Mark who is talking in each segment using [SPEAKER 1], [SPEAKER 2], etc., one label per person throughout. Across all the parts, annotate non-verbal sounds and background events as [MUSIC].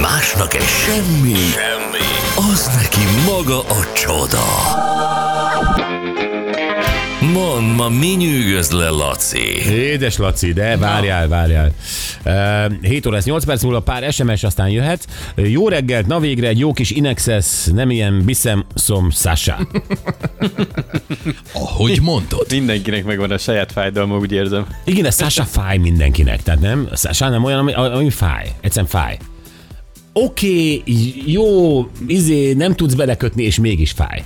[SPEAKER 1] Másnak egy semmi, semmi, az neki maga a csoda. Mond, ma mi nyűgöz le, Laci?
[SPEAKER 2] Édes Laci, de várjál, várjál. Uh, 7 óra lesz 8 perc múlva, pár SMS, aztán jöhet. Jó reggelt, na végre egy jó kis Inexes, nem ilyen Biszem Szom Sasa.
[SPEAKER 3] Ahogy mondod.
[SPEAKER 4] Mindenkinek megvan a saját fájdalma, úgy érzem.
[SPEAKER 2] Igen, ez Sasa fáj mindenkinek, tehát nem? Sasa nem olyan, ami, ami fáj. Egyszerűen fáj. Oké, okay, jó, izé, nem tudsz belekötni, és mégis fáj.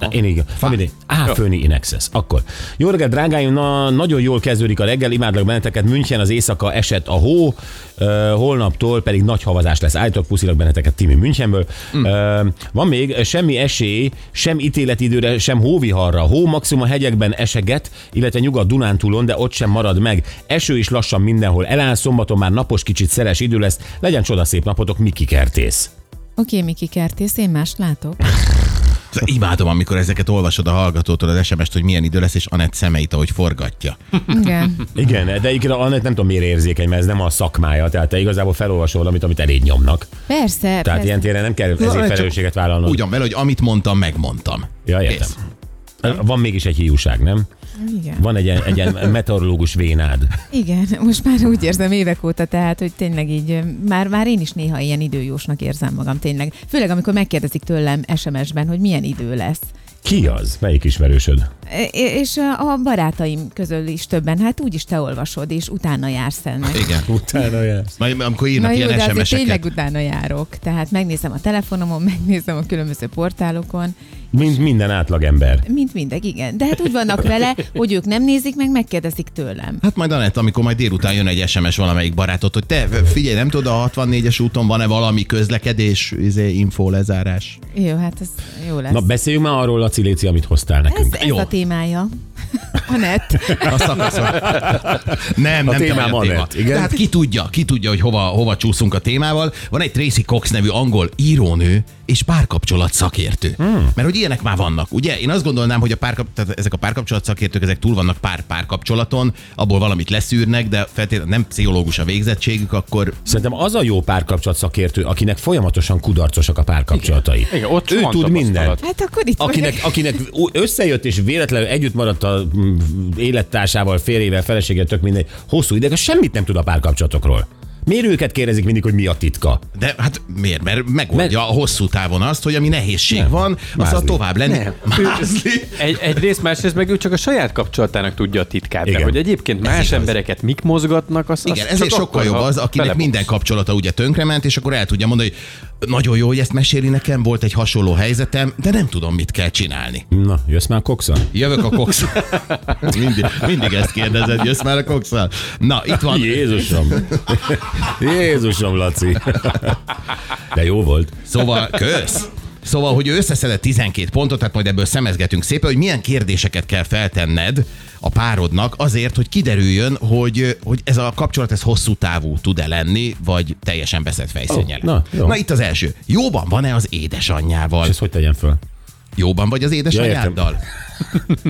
[SPEAKER 2] Na, én így. Family. Á, főni in excess. Akkor. Jó reggelt, drágáim, na, nagyon jól kezdődik a reggel, imádlak benneteket. München az éjszaka esett a hó, ö, holnaptól pedig nagy havazás lesz. Állítok, puszilak benneteket Timi Münchenből. Mm. Ö, van még semmi esély, sem ítéletidőre, sem hóviharra. Hó maximum a hegyekben eseget, illetve nyugat Dunántúlon, de ott sem marad meg. Eső is lassan mindenhol eláll, szombaton már napos, kicsit szeles idő lesz. Legyen csodaszép napotok, Miki Kertész.
[SPEAKER 5] Oké, Miki Kertész, én mást látok.
[SPEAKER 3] Imádom, amikor ezeket olvasod a hallgatótól az SMS-t, hogy milyen idő lesz, és Anett szemeit, ahogy forgatja.
[SPEAKER 2] [LAUGHS]
[SPEAKER 5] Igen.
[SPEAKER 2] Igen, de egyébként a Anett nem tudom miért érzékeny, mert ez nem a szakmája, tehát te igazából felolvasol valamit, amit eléd nyomnak.
[SPEAKER 5] Persze.
[SPEAKER 2] Tehát
[SPEAKER 5] persze.
[SPEAKER 2] ilyen téren nem kell ezért
[SPEAKER 3] csak
[SPEAKER 2] felelősséget vállalnod.
[SPEAKER 3] Ugyan vele, hogy amit mondtam, megmondtam.
[SPEAKER 2] Ja, értem.
[SPEAKER 3] Kész.
[SPEAKER 2] Van mégis egy hiúság, nem?
[SPEAKER 5] Igen.
[SPEAKER 2] Van egy ilyen, egy ilyen meteorológus vénád.
[SPEAKER 5] Igen, most már úgy érzem évek óta, tehát, hogy tényleg így, ö, már, már én is néha ilyen időjósnak érzem magam, tényleg. Főleg, amikor megkérdezik tőlem SMS-ben, hogy milyen idő lesz.
[SPEAKER 2] Ki az? Melyik ismerősöd?
[SPEAKER 5] E- és a barátaim közül is többen, hát úgyis te olvasod, és utána jársz ennek.
[SPEAKER 3] Igen.
[SPEAKER 2] Utána jársz.
[SPEAKER 3] Majd amikor
[SPEAKER 5] Na
[SPEAKER 3] írnak
[SPEAKER 5] jó,
[SPEAKER 3] ilyen
[SPEAKER 5] de azért
[SPEAKER 3] SMS-eket.
[SPEAKER 5] tényleg utána járok. Tehát megnézem a telefonomon, [LAUGHS] megnézem a különböző portálokon,
[SPEAKER 2] Mint minden átlagember.
[SPEAKER 5] mint mindegy, igen. De hát úgy vannak vele, hogy ők nem nézik, meg megkérdezik tőlem.
[SPEAKER 3] Hát majd Anett, amikor majd délután jön egy SMS valamelyik barátod, hogy te figyelj, nem tudod, a 64-es úton van-e valami közlekedés, izé, info lezárás?
[SPEAKER 5] Jó, hát ez jó lesz. Hát
[SPEAKER 2] Na beszéljünk már arról, Laci Léci, amit hoztál
[SPEAKER 5] ez
[SPEAKER 2] nekünk.
[SPEAKER 5] ez a témája. [LAUGHS] A net.
[SPEAKER 3] A szakaszon. Nem,
[SPEAKER 2] A
[SPEAKER 3] nem
[SPEAKER 2] témám
[SPEAKER 3] te vagy a
[SPEAKER 2] Anett, igen.
[SPEAKER 3] De hát ki tudja, ki tudja, hogy hova, hova csúszunk a témával. Van egy Tracy Cox nevű angol írónő és párkapcsolat szakértő. Hmm. Mert hogy ilyenek már vannak, ugye? Én azt gondolnám, hogy a párkap, tehát ezek a párkapcsolat szakértők, ezek túl vannak pár párkapcsolaton, abból valamit leszűrnek, de feltétlenül nem pszichológus a végzettségük, akkor
[SPEAKER 2] Szerintem az a jó párkapcsolat szakértő, akinek folyamatosan kudarcosak a párkapcsolatai.
[SPEAKER 4] Igen, ott
[SPEAKER 2] ő
[SPEAKER 4] van
[SPEAKER 2] tud
[SPEAKER 4] tapasztalat.
[SPEAKER 2] mindent.
[SPEAKER 5] Hát akkor itt
[SPEAKER 2] akinek,
[SPEAKER 5] vagyok.
[SPEAKER 2] akinek összejött és véletlenül együtt maradt a mm, élettársával, férjével, feleségével, tök mindegy, hosszú ideig, az semmit nem tud a párkapcsolatokról. Miért őket kérdezik mindig, hogy mi a titka?
[SPEAKER 3] De hát miért? Mert megoldja a hosszú távon azt, hogy ami nehézség nem. van, azzal
[SPEAKER 2] Mázli.
[SPEAKER 3] tovább lenni. Nem. Mázli.
[SPEAKER 4] Egy, egyrészt, másrészt meg ő csak a saját kapcsolatának tudja a titkát.
[SPEAKER 2] Igen.
[SPEAKER 4] De hogy egyébként
[SPEAKER 3] Ez
[SPEAKER 4] más
[SPEAKER 3] igaz.
[SPEAKER 4] embereket mik mozgatnak, azt
[SPEAKER 3] Igen,
[SPEAKER 4] azt
[SPEAKER 3] ezért
[SPEAKER 4] csak
[SPEAKER 3] sokkal
[SPEAKER 4] akkor,
[SPEAKER 3] jobb
[SPEAKER 4] ha
[SPEAKER 3] az, akinek
[SPEAKER 4] belebuksz.
[SPEAKER 3] minden kapcsolata ugye tönkrement, és akkor el tudja mondani, hogy nagyon jó, hogy ezt meséli nekem, volt egy hasonló helyzetem, de nem tudom, mit kell csinálni.
[SPEAKER 2] Na, jössz már kokszon?
[SPEAKER 3] Jövök a cox
[SPEAKER 4] [LAUGHS]
[SPEAKER 3] mindig, mindig ezt kérdezed, jössz már a cox Na, itt van.
[SPEAKER 2] Jézusom! Jézusom, Laci! De jó volt.
[SPEAKER 3] Szóval, kösz! Szóval, hogy ő összeszedett 12 pontot, tehát majd ebből szemezgetünk szépen, hogy milyen kérdéseket kell feltenned a párodnak azért, hogy kiderüljön, hogy, hogy ez a kapcsolat ez hosszú távú tud-e lenni, vagy teljesen veszett fejszényel.
[SPEAKER 2] Ó, na, jó.
[SPEAKER 3] na, itt az első. Jóban van-e az édesanyjával?
[SPEAKER 2] És ezt hogy tegyem föl?
[SPEAKER 3] Jóban vagy az édesanyjáddal?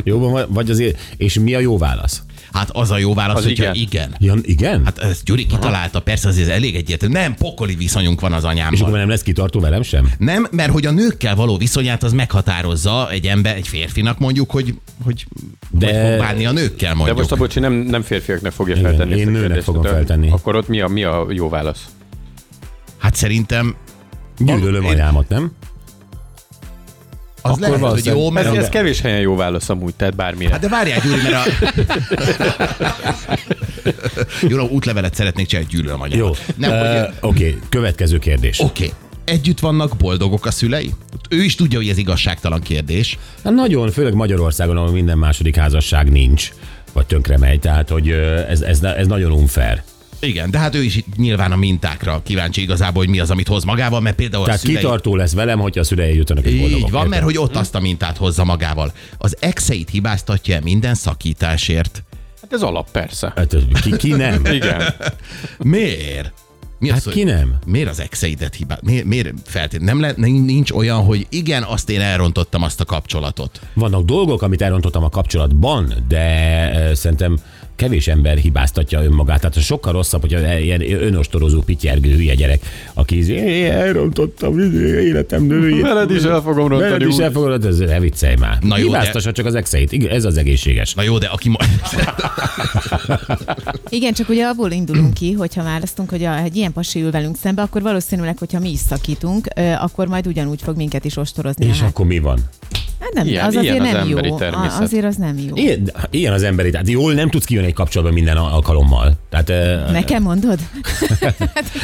[SPEAKER 2] Jóban vagy- vagy az é- És mi a jó válasz?
[SPEAKER 3] hát az a jó válasz,
[SPEAKER 4] Az
[SPEAKER 3] hogyha igen.
[SPEAKER 4] igen.
[SPEAKER 3] igen.
[SPEAKER 2] Ja, igen? Hát,
[SPEAKER 3] Hát ezt Gyuri kitalálta, persze azért elég egyértelmű. Nem, pokoli viszonyunk van az
[SPEAKER 2] és
[SPEAKER 3] anyámmal.
[SPEAKER 2] akkor nem lesz kitartó velem sem?
[SPEAKER 3] Nem, mert hogy a nőkkel való viszonyát az meghatározza egy ember, egy férfinak mondjuk, hogy, hogy, De...
[SPEAKER 2] De-
[SPEAKER 3] hogy fog bánni a nőkkel
[SPEAKER 4] De
[SPEAKER 3] mondjuk.
[SPEAKER 4] most a bocsi nem, nem férfiaknak fogja
[SPEAKER 2] Igen,
[SPEAKER 4] feltenni.
[SPEAKER 2] én
[SPEAKER 4] ezt a
[SPEAKER 2] nőnek
[SPEAKER 4] kérdést,
[SPEAKER 2] fogom
[SPEAKER 4] de
[SPEAKER 2] feltenni.
[SPEAKER 4] Akkor ott mi a, mi a jó válasz?
[SPEAKER 3] Hát szerintem
[SPEAKER 2] Gyűlölöm
[SPEAKER 3] Én-
[SPEAKER 2] anyámat, nem?
[SPEAKER 3] az
[SPEAKER 2] Akkor
[SPEAKER 3] lehet, hogy
[SPEAKER 2] valószínűleg-
[SPEAKER 3] jó, mert...
[SPEAKER 4] Ez, ez
[SPEAKER 3] Ez
[SPEAKER 4] kevés helyen jó válasz amúgy, tehát bármire.
[SPEAKER 3] Hát de várjál, Gyuri, mert a... Jó, útlevelet szeretnék csinálni, hogy gyűlölöm anyámat.
[SPEAKER 2] Jó.
[SPEAKER 3] Nem,
[SPEAKER 2] Ö,
[SPEAKER 3] hogy...
[SPEAKER 2] Oké, következő kérdés.
[SPEAKER 3] Oké. Okay. Együtt vannak boldogok a szülei? Hát Ő is tudja, hogy ez igazságtalan kérdés.
[SPEAKER 2] Hát nagyon, főleg Magyarországon, ahol minden második házasság nincs, vagy tönkre megy, tehát hogy ö, ez, ez, ez nagyon unfair.
[SPEAKER 3] Igen, de hát ő is nyilván a mintákra kíváncsi igazából, hogy mi az, amit hoz magával, mert például
[SPEAKER 2] Tehát
[SPEAKER 3] a szülei...
[SPEAKER 2] kitartó lesz velem, hogyha a szülei jutnak egy boldogok.
[SPEAKER 3] Így van,
[SPEAKER 2] érted?
[SPEAKER 3] mert hogy ott azt a mintát hozza magával. Az exeit hibáztatja el minden szakításért.
[SPEAKER 4] Hát ez alap persze.
[SPEAKER 2] Hát, ö, ki, ki
[SPEAKER 3] [LAUGHS]
[SPEAKER 2] nem?
[SPEAKER 4] Igen.
[SPEAKER 3] Miért? Mi
[SPEAKER 2] Hát ki nem?
[SPEAKER 3] Miért az exeidet hibá? Miért, miért feltétlenül? Nem le, nin- nincs olyan, hogy igen, azt én elrontottam azt a kapcsolatot.
[SPEAKER 2] Vannak dolgok, amit elrontottam a kapcsolatban, de ö, szerintem kevés ember hibáztatja önmagát. Tehát sokkal rosszabb, hogyha e, ilyen önostorozó, pityergő hülye gyerek, aki így, "Én elrontottam életem
[SPEAKER 3] [LAUGHS]
[SPEAKER 2] nőjét.
[SPEAKER 4] Veled is el fogom rontani,
[SPEAKER 2] Veled is
[SPEAKER 4] úr."
[SPEAKER 2] el fogom rontani, ez ne viccelj már.
[SPEAKER 3] Na
[SPEAKER 2] Na
[SPEAKER 3] jó,
[SPEAKER 2] jó,
[SPEAKER 3] de-
[SPEAKER 2] Hibáztassa csak az exeit. Igen, ez az egészséges.
[SPEAKER 3] Na jó, de aki ma...
[SPEAKER 5] Igen, csak ugye abból indulunk ki, hogyha választunk, hogy a, egy ilyen pasi ül velünk szembe, akkor valószínűleg, hogyha mi is szakítunk, ö, akkor majd ugyanúgy fog minket is ostorozni.
[SPEAKER 2] És
[SPEAKER 5] hát.
[SPEAKER 2] akkor mi van?
[SPEAKER 5] Hát nem,
[SPEAKER 4] Ilyen-
[SPEAKER 5] az
[SPEAKER 4] ilyen
[SPEAKER 5] azért
[SPEAKER 4] az
[SPEAKER 5] nem
[SPEAKER 4] emberi
[SPEAKER 5] jó.
[SPEAKER 4] természet.
[SPEAKER 5] A- Azért az nem jó.
[SPEAKER 2] Ilyen, ilyen az emberi, tehát jól nem tudsz kijönni egy kapcsolatban minden al- alkalommal. Tehát, eh,
[SPEAKER 5] Nekem
[SPEAKER 2] [LAUGHS]
[SPEAKER 5] mondod?
[SPEAKER 3] [LAUGHS]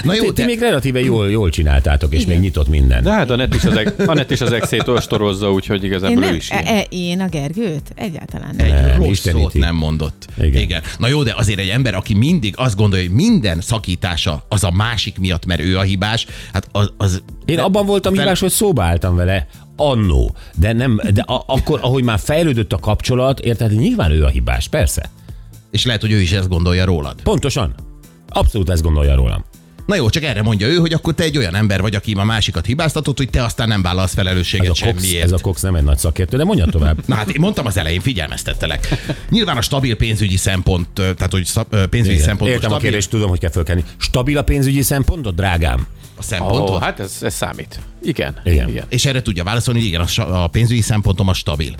[SPEAKER 3] Na
[SPEAKER 2] ti,
[SPEAKER 3] jó,
[SPEAKER 2] ti
[SPEAKER 3] de...
[SPEAKER 2] még relatíve jól, jól csináltátok, és Igen. még nyitott minden.
[SPEAKER 4] De hát a net is az, ex, a net is az exét ostorozza, úgyhogy
[SPEAKER 5] Én,
[SPEAKER 4] igazából ő
[SPEAKER 5] nem,
[SPEAKER 4] is ilyen.
[SPEAKER 5] e, e, én a Gergőt? Egyáltalán nem.
[SPEAKER 3] Egy rossz
[SPEAKER 2] Isten
[SPEAKER 3] szót
[SPEAKER 2] íti.
[SPEAKER 3] nem mondott.
[SPEAKER 2] Igen.
[SPEAKER 3] Igen. Igen. Na jó, de azért egy ember, aki mindig azt gondolja, hogy minden szakítása az a másik miatt, mert ő a hibás, hát az... az
[SPEAKER 2] Én abban voltam hibás, hogy szóba álltam vele annó, de nem, de a, akkor, ahogy már fejlődött a kapcsolat, érted, nyilván ő a hibás, persze.
[SPEAKER 3] És lehet, hogy ő is ezt gondolja rólad.
[SPEAKER 2] Pontosan. Abszolút ezt gondolja rólam.
[SPEAKER 3] Na jó, csak erre mondja ő, hogy akkor te egy olyan ember vagy, aki a másikat hibáztatott, hogy te aztán nem vállalsz
[SPEAKER 2] Ez
[SPEAKER 3] felelősséget
[SPEAKER 2] a, Cox,
[SPEAKER 3] semmiért.
[SPEAKER 2] ez a Cox nem egy nagy szakértő, de mondja tovább.
[SPEAKER 3] Na hát [LAUGHS] én mondtam az elején, figyelmeztettelek. Nyilván a stabil pénzügyi szempont, ö, tehát hogy szab, ö, pénzügyi Igen. szempontból
[SPEAKER 2] Értem a
[SPEAKER 3] stabil
[SPEAKER 2] kérdést, tudom, hogy kell fölkelni. Stabil a pénzügyi szempontod, drágám?
[SPEAKER 3] a
[SPEAKER 4] Ó,
[SPEAKER 3] szempontot.
[SPEAKER 4] oh,
[SPEAKER 3] Oh, hát.
[SPEAKER 4] hát ez, ez számít. Igen.
[SPEAKER 2] Igen.
[SPEAKER 4] igen.
[SPEAKER 3] És erre tudja válaszolni, hogy igen, a, sa- a pénzügyi szempontom a stabil.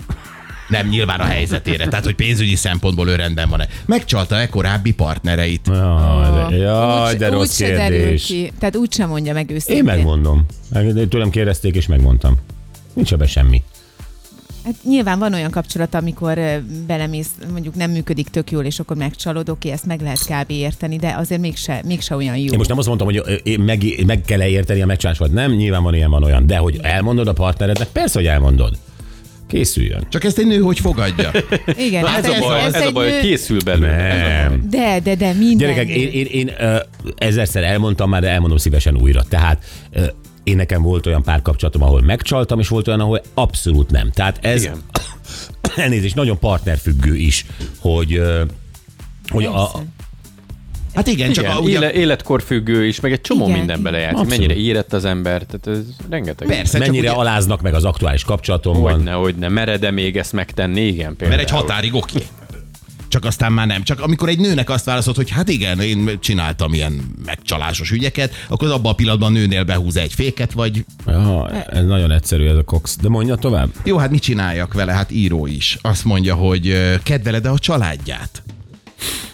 [SPEAKER 3] Nem nyilván a helyzetére, tehát hogy pénzügyi szempontból ő rendben van-e. Megcsalta-e korábbi partnereit?
[SPEAKER 2] Jaj, de, jaj,
[SPEAKER 5] Úgy-
[SPEAKER 2] de rossz
[SPEAKER 5] úgy se derül
[SPEAKER 2] kérdés.
[SPEAKER 5] ki. Tehát úgy sem mondja meg őszintén.
[SPEAKER 2] Én megmondom. Tőlem kérdezték, és megmondtam. Nincs ebben semmi.
[SPEAKER 5] Hát nyilván van olyan kapcsolat, amikor ö, belemész, mondjuk nem működik tök jól, és akkor megcsalódok, oké, ezt meg lehet kb. érteni, de azért mégse, mégse olyan jó.
[SPEAKER 2] Én most nem azt mondtam, hogy ö, én meg, meg kell -e érteni a megcsinálás, vagy nem, nyilván van ilyen, van olyan. De hogy elmondod a partnerednek, persze, hogy elmondod. Készüljön.
[SPEAKER 3] Csak ezt egy nő hogy fogadja?
[SPEAKER 5] Igen, hát
[SPEAKER 4] Ez, a baj, ez, a
[SPEAKER 5] egy
[SPEAKER 4] baj, hogy
[SPEAKER 5] nő-
[SPEAKER 4] készül belőle. Ez a baj.
[SPEAKER 5] De, de, de, minden.
[SPEAKER 2] Gyerekek,
[SPEAKER 5] nő.
[SPEAKER 2] én, én, én ö, ezerszer elmondtam már, de elmondom szívesen újra. Tehát ö, én nekem volt olyan párkapcsolatom, ahol megcsaltam, és volt olyan, ahol abszolút nem. Tehát ez,
[SPEAKER 4] Igen.
[SPEAKER 2] [COUGHS] elnézést, nagyon partnerfüggő is, hogy, ö, hogy a,
[SPEAKER 5] Persze.
[SPEAKER 3] Hát igen, csak
[SPEAKER 4] Igen,
[SPEAKER 3] a, ugye,
[SPEAKER 4] ugye... életkorfüggő is, meg egy csomó
[SPEAKER 5] Igen,
[SPEAKER 4] igen, minden
[SPEAKER 5] igen.
[SPEAKER 4] belejárt.
[SPEAKER 2] Abszolút.
[SPEAKER 4] Mennyire érett az ember, tehát ez rengeteg.
[SPEAKER 3] persze, csak
[SPEAKER 2] mennyire
[SPEAKER 3] ugye,
[SPEAKER 2] aláznak meg az aktuális kapcsolatomban.
[SPEAKER 4] Hogyne, hogyne, mered-e még ezt megtenni? Igen, például.
[SPEAKER 3] mert egy határig oké. Csak aztán már nem. Csak amikor egy nőnek azt válaszolt, hogy hát igen, én csináltam ilyen megcsalásos ügyeket, akkor az abban a pillanatban a nőnél behúz egy féket, vagy
[SPEAKER 2] Ja, ez nagyon egyszerű ez a Cox. De mondja tovább.
[SPEAKER 3] Jó, hát mit csináljak vele? Hát író is. Azt mondja, hogy ö, kedveled-e a családját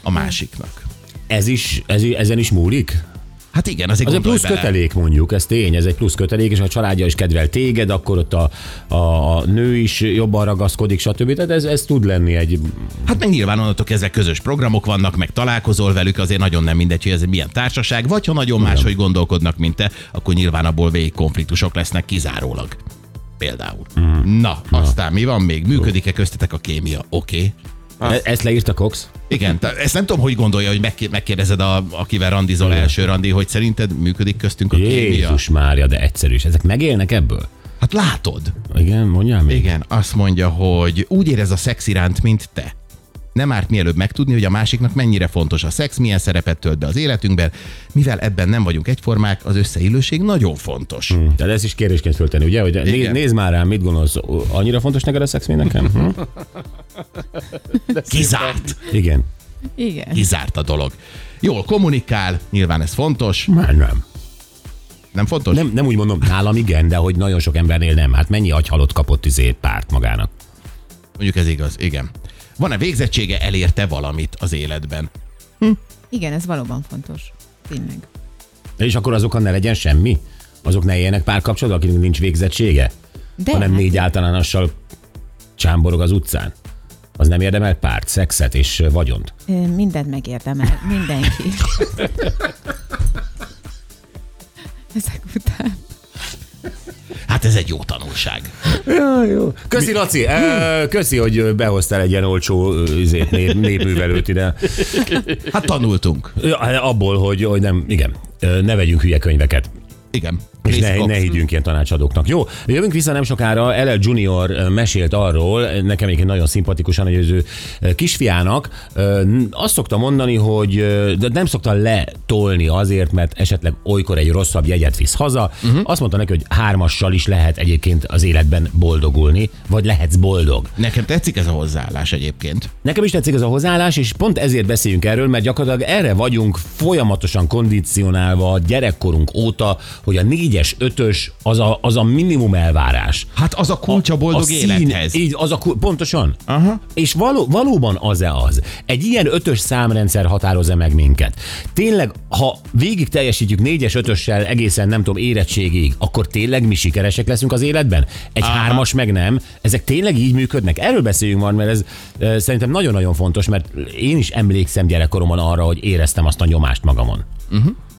[SPEAKER 3] a másiknak.
[SPEAKER 2] Ez is, ez, ezen is múlik?
[SPEAKER 3] Hát igen, azért
[SPEAKER 2] Az egy
[SPEAKER 3] gondolj
[SPEAKER 2] plusz
[SPEAKER 3] bele.
[SPEAKER 2] kötelék mondjuk, ez tény, ez egy plusz kötelék, és ha a családja is kedvel téged, akkor ott a, a, a nő is jobban ragaszkodik, stb. Tehát ez, ez tud lenni egy...
[SPEAKER 3] Hát meg nyilván onnantól kezdve közös programok vannak, meg találkozol velük, azért nagyon nem mindegy, hogy ez milyen társaság, vagy ha nagyon máshogy gondolkodnak, mint te, akkor nyilván abból végig konfliktusok lesznek kizárólag. Például. Na, aztán mi van még? Működik-e köztetek a kémia? Oké. Okay.
[SPEAKER 2] E- Ezt leírta Cox?
[SPEAKER 3] Igen, tehát ezt nem tudom, hogy gondolja, hogy megké- megkérdezed, a, akivel randizol első randi, hogy szerinted működik köztünk a kémia?
[SPEAKER 2] Jézus Mária, de egyszerű is. Ezek megélnek ebből?
[SPEAKER 3] Hát látod.
[SPEAKER 2] Igen, mondjál még?
[SPEAKER 3] Igen, azt mondja, hogy úgy érez a szex iránt, mint te. Nem árt mielőbb megtudni, hogy a másiknak mennyire fontos a szex, milyen szerepet tölt be az életünkben. Mivel ebben nem vagyunk egyformák, az összeillőség nagyon fontos. Hmm.
[SPEAKER 2] Tehát ez is kérdésként föltenni, ugye? Hogy né-
[SPEAKER 3] Igen.
[SPEAKER 2] nézd már rám, mit gondolsz, annyira fontos neked a szex, mint nekem? Hm?
[SPEAKER 3] [LAUGHS] Kizárt.
[SPEAKER 2] Igen.
[SPEAKER 5] Igen.
[SPEAKER 3] Kizárt a dolog. Jól kommunikál, nyilván ez fontos.
[SPEAKER 2] Már nem.
[SPEAKER 3] Nem fontos?
[SPEAKER 2] nem. Nem úgy mondom, nálam igen, de hogy nagyon sok embernél nem. Hát mennyi agyhalott kapott izé párt magának?
[SPEAKER 3] Mondjuk ez igaz, igen. Van-e végzettsége, elérte valamit az életben?
[SPEAKER 5] Igen, ez valóban fontos. Tényleg.
[SPEAKER 2] És akkor azokkal ne legyen semmi? Azok ne éljenek párkapcsolatban, akinek nincs végzettsége?
[SPEAKER 5] De,
[SPEAKER 2] hanem
[SPEAKER 5] hát-
[SPEAKER 2] négy általánossal csámborog az utcán. Az nem érdemel párt, szexet és ö, vagyont.
[SPEAKER 5] Ö, Mindent megérdemel,
[SPEAKER 2] [LAUGHS]
[SPEAKER 5] mindenki. Ezek után.
[SPEAKER 3] Hát ez egy jó tanulság.
[SPEAKER 2] Köszi, Laci! Ö, Köszi, hogy ö, behoztál egy ilyen olcsó ö, izét, nép, népművelőt ide.
[SPEAKER 3] Hát tanultunk.
[SPEAKER 2] hát Ö, Abból, hogy, hogy nem, igen, ö, ne vegyünk hülye könyveket.
[SPEAKER 3] Igen.
[SPEAKER 2] És
[SPEAKER 3] Tracy
[SPEAKER 2] ne,
[SPEAKER 3] Cox.
[SPEAKER 2] ne higgyünk ilyen tanácsadóknak. Jó, jövünk vissza nem sokára. LL Junior ö, mesélt arról, nekem egyébként nagyon szimpatikusan, hogy az ő ö, kisfiának ö, n- azt szokta mondani, hogy ö, de nem szokta letolni azért, mert esetleg olykor egy rosszabb jegyet visz haza. Uh-huh. Azt mondta neki, hogy hármassal is lehet egyébként az életben boldogulni, vagy lehetsz boldog.
[SPEAKER 3] Nekem tetszik ez a hozzáállás egyébként.
[SPEAKER 2] Nekem is tetszik ez a hozzáállás, és pont ezért beszéljünk erről, mert gyakorlatilag erre vagyunk folyamatosan kondicionálva a gyerekkorunk óta, hogy a négyes, ötös az a, az a minimum elvárás.
[SPEAKER 3] Hát az a kulcs a boldog élethez.
[SPEAKER 2] Így, az a, ku- pontosan. Aha. És való, valóban az-e az? Egy ilyen ötös számrendszer határoz-e meg minket? Tényleg, ha végig teljesítjük négyes ötössel egészen, nem tudom, érettségig, akkor tényleg mi sikeresek leszünk az életben? Egy Aha. hármas meg nem. Ezek tényleg így működnek? Erről beszéljünk már, mert ez e, szerintem nagyon-nagyon fontos, mert én is emlékszem gyerekkoromban arra, hogy éreztem azt a nyomást magamon.